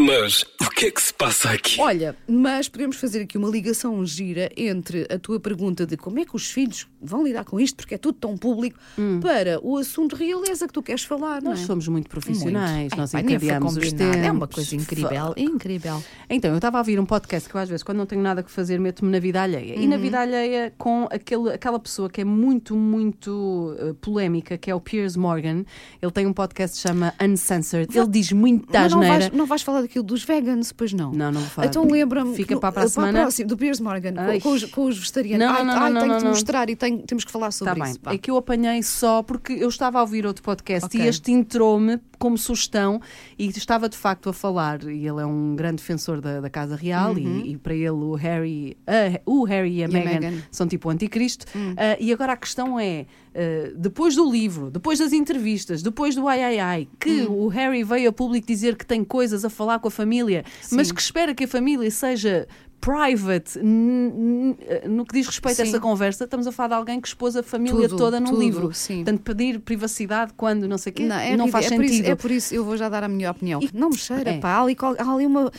[SPEAKER 1] Mas o que é que se passa aqui?
[SPEAKER 2] Olha, mas podemos fazer aqui uma ligação gira entre a tua pergunta de como é que os filhos vão lidar com isto, porque é tudo tão público, para o assunto realeza que tu queres falar, não é?
[SPEAKER 3] Hum. Nós somos muito profissionais,
[SPEAKER 2] Muito.
[SPEAKER 3] nós
[SPEAKER 2] Ai, pá, nem foi
[SPEAKER 3] encadeamos os
[SPEAKER 2] combinado,
[SPEAKER 3] tempos.
[SPEAKER 2] É uma coisa incrível, incrível.
[SPEAKER 3] Então, eu estava a ouvir um podcast que eu às vezes, quando não tenho nada que fazer, meto-me na vida alheia. E na
[SPEAKER 2] Uhum.
[SPEAKER 3] vida alheia com aquele, aquela pessoa que é muito, muito eh, polémica, que é o Piers Morgan. Ele tem um podcast que se chama Uncensored. Ele diz muita
[SPEAKER 2] Mas não
[SPEAKER 3] asneira.
[SPEAKER 2] vais, não vais falar daquilo dos vegans, pois não?
[SPEAKER 3] Tá, Não, não vou falar.
[SPEAKER 2] Então lembra-me.
[SPEAKER 3] Fica
[SPEAKER 2] que no-
[SPEAKER 3] para a próxima
[SPEAKER 2] Para
[SPEAKER 3] semana.
[SPEAKER 2] a próxima, do Piers Morgan, com-
[SPEAKER 3] Ai.
[SPEAKER 2] com, os, com os vegetarianos.
[SPEAKER 3] Não,
[SPEAKER 2] ai,
[SPEAKER 3] não,
[SPEAKER 2] ai,
[SPEAKER 3] não, não,
[SPEAKER 2] tenho que te
[SPEAKER 3] não.
[SPEAKER 2] mostrar e tenho- temos que falar sobre
[SPEAKER 3] Tá bem.
[SPEAKER 2] isso. pá.
[SPEAKER 3] É que eu apanhei só porque eu estava a ouvir outro podcast
[SPEAKER 2] Ok.
[SPEAKER 3] e este entrou-me como sugestão e estava de facto a falar. E ele é um grande defensor da, da Casa Real
[SPEAKER 2] Uhum.
[SPEAKER 3] e, e para ele o Harry, a- o Harry e a, Meghan,
[SPEAKER 2] Meghan.
[SPEAKER 3] são tipo o anticristo.
[SPEAKER 2] Hum.
[SPEAKER 3] Ah, e agora a questão é: ah, depois do livro, depois das entrevistas, depois do ai ai ai, que
[SPEAKER 2] Hum.
[SPEAKER 3] o Harry veio a público dizer que tem coisas a falar com a família, mas que espera que a família seja. Private, n- n- no que diz respeito a
[SPEAKER 2] Sim.
[SPEAKER 3] essa conversa, estamos a falar de alguém que expôs a família família
[SPEAKER 2] Tudo,
[SPEAKER 3] toda num
[SPEAKER 2] tudo,
[SPEAKER 3] livro.
[SPEAKER 2] sim.
[SPEAKER 3] Portanto, pedir privacidade quando não sei o quê não,
[SPEAKER 2] é ridículo.
[SPEAKER 3] faz
[SPEAKER 2] é por
[SPEAKER 3] sentido.
[SPEAKER 2] Isso, é por isso, eu vou já dar a minha opinião. não me cheira,
[SPEAKER 3] é.
[SPEAKER 2] pá. Há ali, qual- há ali uma.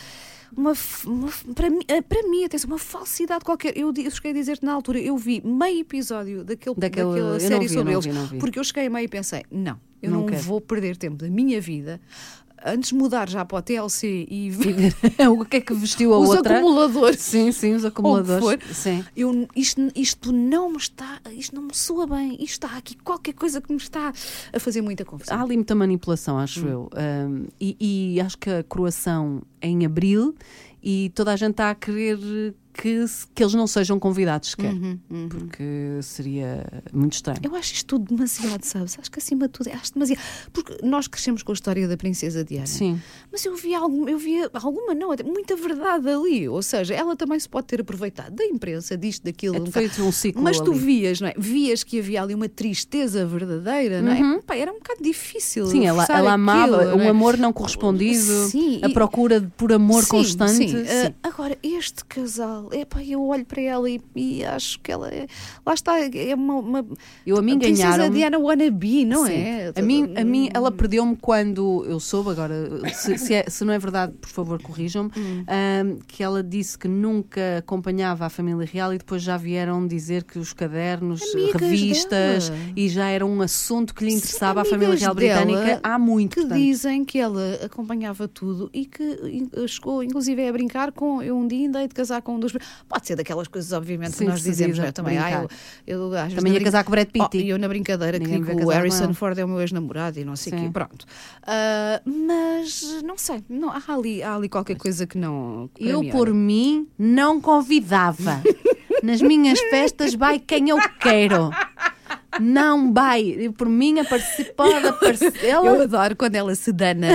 [SPEAKER 2] uma f- uma f- para, mim, eh, para mim, atenção, uma falsidade qualquer. Eu, di- eu cheguei a dizer-te na altura, eu vi meio episódio daquele,
[SPEAKER 3] Daquele- eu
[SPEAKER 2] daquela
[SPEAKER 3] não
[SPEAKER 2] série
[SPEAKER 3] vi,
[SPEAKER 2] sobre
[SPEAKER 3] não
[SPEAKER 2] eles,
[SPEAKER 3] vi, não vi.
[SPEAKER 2] porque eu cheguei a meio e pensei: não, eu
[SPEAKER 3] Não
[SPEAKER 2] não,
[SPEAKER 3] quero.
[SPEAKER 2] vou perder tempo da minha vida antes de mudar já para o TLC e ver
[SPEAKER 3] o que é que vestiu a
[SPEAKER 2] os
[SPEAKER 3] outra?
[SPEAKER 2] acumuladores.
[SPEAKER 3] Sim, sim, os
[SPEAKER 2] ou o que
[SPEAKER 3] acumuladores.
[SPEAKER 2] for,
[SPEAKER 3] Sim.
[SPEAKER 2] Eu, isto, isto não me está, isto não me soa bem, isto há aqui qualquer coisa que me está a fazer muita confusão.
[SPEAKER 3] Há ali muita manipulação,
[SPEAKER 2] Hum.
[SPEAKER 3] acho eu. Um, e, e acho que a coroação é em abril e toda a gente está a querer que, se- que eles não sejam convidados sequer. Porque seria muito estranho.
[SPEAKER 2] Uhum, Eu acho isto tudo demasiado, sabes? Acho que acima de tudo, acho demasiado. Porque nós crescemos com a história da princesa Diana.
[SPEAKER 3] Sim.
[SPEAKER 2] Mas eu vi algum, eu via alguma não, até muita verdade ali. Ou seja, ela também se pode ter aproveitado da imprensa, disto, daquilo. tá?
[SPEAKER 3] É feito um ciclo
[SPEAKER 2] Mas tu
[SPEAKER 3] ali.
[SPEAKER 2] vias, não é? Vias que havia ali uma tristeza verdadeira, não é? Pá, era um bocado difícil.
[SPEAKER 3] Uhum. Sim, ela,
[SPEAKER 2] forçar
[SPEAKER 3] ela amava
[SPEAKER 2] aquilo, não
[SPEAKER 3] o
[SPEAKER 2] é?
[SPEAKER 3] amor não correspondido,
[SPEAKER 2] Sim,
[SPEAKER 3] a
[SPEAKER 2] e-
[SPEAKER 3] procura de- por amor
[SPEAKER 2] Sim,
[SPEAKER 3] constante.
[SPEAKER 2] sim.
[SPEAKER 3] Sim.
[SPEAKER 2] Ah, agora, este casal, epá, eu olho para ela e, e acho que ela é. Lá está, é uma. uma
[SPEAKER 3] Eu a mim
[SPEAKER 2] princesa
[SPEAKER 3] ganharam-me.
[SPEAKER 2] Diana Wannabe, não
[SPEAKER 3] Sim.
[SPEAKER 2] é?
[SPEAKER 3] A mim, a mim ela perdeu-me quando eu soube, agora, se, se é- se não é verdade, por favor, corrijam-me,
[SPEAKER 2] Hum.
[SPEAKER 3] ahm, que ela disse que nunca acompanhava a família real e depois já vieram dizer que os cadernos,
[SPEAKER 2] Amigas
[SPEAKER 3] revistas
[SPEAKER 2] dela.
[SPEAKER 3] e já era um assunto que lhe
[SPEAKER 2] Sim,
[SPEAKER 3] interessava à
[SPEAKER 2] amigas
[SPEAKER 3] família real
[SPEAKER 2] dela
[SPEAKER 3] britânica há muito.
[SPEAKER 2] Que
[SPEAKER 3] portanto.
[SPEAKER 2] dizem que ela acompanhava tudo e que in- eh, chegou, inclusive, a brincar com. Eu um dia andei de casar com um dos. Pode ser daquelas coisas, obviamente,
[SPEAKER 3] Sim,
[SPEAKER 2] que nós
[SPEAKER 3] de
[SPEAKER 2] dizemos,
[SPEAKER 3] seguida,
[SPEAKER 2] não é? Também, ah,
[SPEAKER 3] brincar.
[SPEAKER 2] eu, eu, às vezes
[SPEAKER 3] Também
[SPEAKER 2] na
[SPEAKER 3] ia casar com o Brad Pitt.
[SPEAKER 2] Oh, e eu na brincadeira que
[SPEAKER 3] Ninguém
[SPEAKER 2] digo
[SPEAKER 3] vai
[SPEAKER 2] que o
[SPEAKER 3] casar com
[SPEAKER 2] Harrison
[SPEAKER 3] ela.
[SPEAKER 2] Ford é o meu ex-namorado e não sei o quê.
[SPEAKER 3] Sim.
[SPEAKER 2] Pronto. Ah, mas, não sei, não, há, ali, há ali qualquer coisa que não. que para
[SPEAKER 3] Eu,
[SPEAKER 2] mim, olha,
[SPEAKER 3] por mim, não convidava. Nas minhas festas vai quem eu quero. Não vai. Eu, por mim, apareci, pode aparecer.
[SPEAKER 2] Eu
[SPEAKER 3] Ela...
[SPEAKER 2] adoro quando ela se dana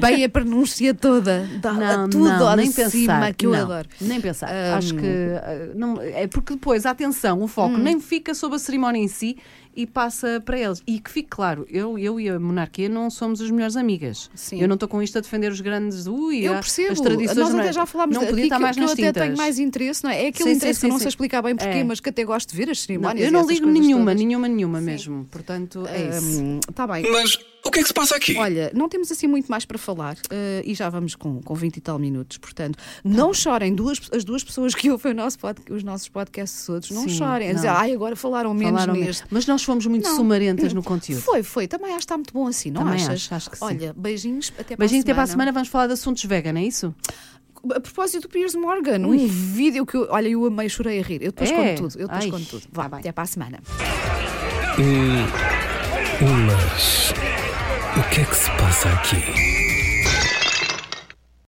[SPEAKER 2] bem a pronúncia toda, dá
[SPEAKER 3] Não,
[SPEAKER 2] tudo
[SPEAKER 3] não,
[SPEAKER 2] ao
[SPEAKER 3] nem
[SPEAKER 2] de
[SPEAKER 3] pensar.
[SPEAKER 2] cima, que eu
[SPEAKER 3] não,
[SPEAKER 2] adoro.
[SPEAKER 3] Nem pensar. Acho que. ah, não, é porque depois, atenção, o
[SPEAKER 2] hum.
[SPEAKER 3] foco nem fica sobre a cerimónia em si e passa para eles. E que fique claro, eu, eu e a monarquia não somos as melhores amigas.
[SPEAKER 2] Sim.
[SPEAKER 3] Eu não estou com isto a defender os grandes. Ui,
[SPEAKER 2] Eu
[SPEAKER 3] a-
[SPEAKER 2] percebo.
[SPEAKER 3] As tradições
[SPEAKER 2] Nós
[SPEAKER 3] não
[SPEAKER 2] até
[SPEAKER 3] é-
[SPEAKER 2] já falámos
[SPEAKER 3] Não
[SPEAKER 2] daqui
[SPEAKER 3] podia estar
[SPEAKER 2] que,
[SPEAKER 3] mais
[SPEAKER 2] que eu
[SPEAKER 3] nas
[SPEAKER 2] até
[SPEAKER 3] tintas.
[SPEAKER 2] tenho mais interesse, não é? É aquele
[SPEAKER 3] Sim,
[SPEAKER 2] interesse que
[SPEAKER 3] sim,
[SPEAKER 2] eu
[SPEAKER 3] sim,
[SPEAKER 2] não sei
[SPEAKER 3] sim.
[SPEAKER 2] explicar bem porquê,
[SPEAKER 3] É.
[SPEAKER 2] mas que até gosto de ver as
[SPEAKER 3] Não,
[SPEAKER 2] cerimónias.
[SPEAKER 3] eu não ligo nenhuma, nenhuma, nenhuma mesmo. Portanto, é isso.
[SPEAKER 2] Está Tá bem.
[SPEAKER 1] Mas o que é que se passa aqui?
[SPEAKER 2] Olha, não temos assim muito mais para falar eh, e já vamos com, com 20 e tal minutos,
[SPEAKER 3] Tá
[SPEAKER 2] portanto, não chorem duas, as duas pessoas que ouvem o nosso pod- os nossos podcasts todos, não
[SPEAKER 3] Sim,
[SPEAKER 2] chorem, a
[SPEAKER 3] não.
[SPEAKER 2] dizer, ai, agora falaram menos
[SPEAKER 3] Falaram
[SPEAKER 2] neste.
[SPEAKER 3] mesmo. Mas nós fomos muito
[SPEAKER 2] Não.
[SPEAKER 3] sumarentas no conteúdo.
[SPEAKER 2] Foi, foi, também acho que está muito bom assim, não
[SPEAKER 3] Também
[SPEAKER 2] achas?
[SPEAKER 3] acho, acho que sim.
[SPEAKER 2] Olha, beijinhos, até para
[SPEAKER 3] Beijinho,
[SPEAKER 2] a semana.
[SPEAKER 3] até para a semana vamos falar de assuntos vegan, é isso?
[SPEAKER 2] A propósito do Piers Morgan, um vídeo que eu, olha, eu amei, chorei a rir. Eu depois
[SPEAKER 3] É?
[SPEAKER 2] conto tudo, eu depois
[SPEAKER 3] Ai,
[SPEAKER 2] conto tudo. Vá,
[SPEAKER 3] tá bem.
[SPEAKER 2] até para a semana.
[SPEAKER 1] Hum, mas o que é que se passa aqui?